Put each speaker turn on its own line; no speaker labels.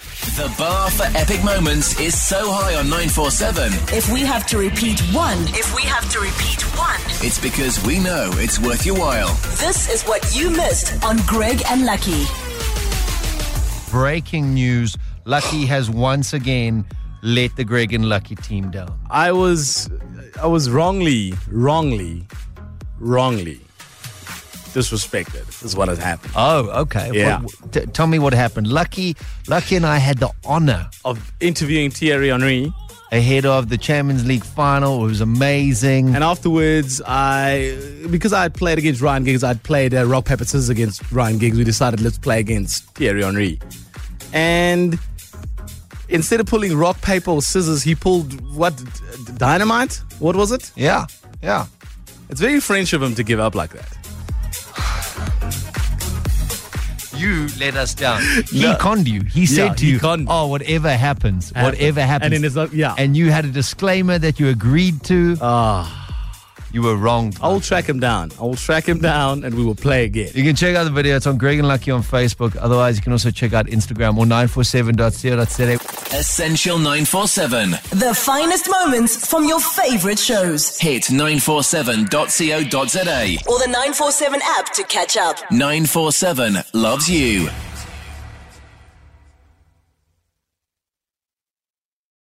The bar for epic moments is so high on 947,
If we have to repeat one,
If we have to repeat one,
it's because we know it's worth your while.
this is what you missed on Greg and Lucky.
breaking news Lucky has once again let the Greg and Lucky team down.
I was I was wrongly, wrongly, wrongly disrespected is what has happened.
Oh, okay.
Yeah.
What- t- tell me what happened. Lucky, Lucky and I had the honor
Of interviewing Thierry Henry.
ahead of the Champions League final. It was amazing.
And afterwards, I because I had played against Ryan Giggs, I'd played uh, rock paper scissors against Ryan Giggs. We decided let's play against Thierry Henry, and instead of pulling rock paper or scissors, he pulled what d- d- dynamite? What was it?
yeah, yeah.
It's very French of him to give up like that.
You let us down. He
No.
conned you. He said
Yeah,
to
he
you,
conned me.
"Oh, whatever happens,
Happen-
whatever
and
happens."
then it's like- yeah.
And you had a disclaimer that you agreed to. Ah. You were wronged.
I'll track him down. I'll track him down, and we will play again.
You can check out the video. It's on Greg and Lucky on Facebook. Otherwise, you can also check out Instagram or 947.co.za.
Essential 947.
The finest moments from your favorite shows
Hit 947.co.za.
or the 947 app to catch up.
947 loves you.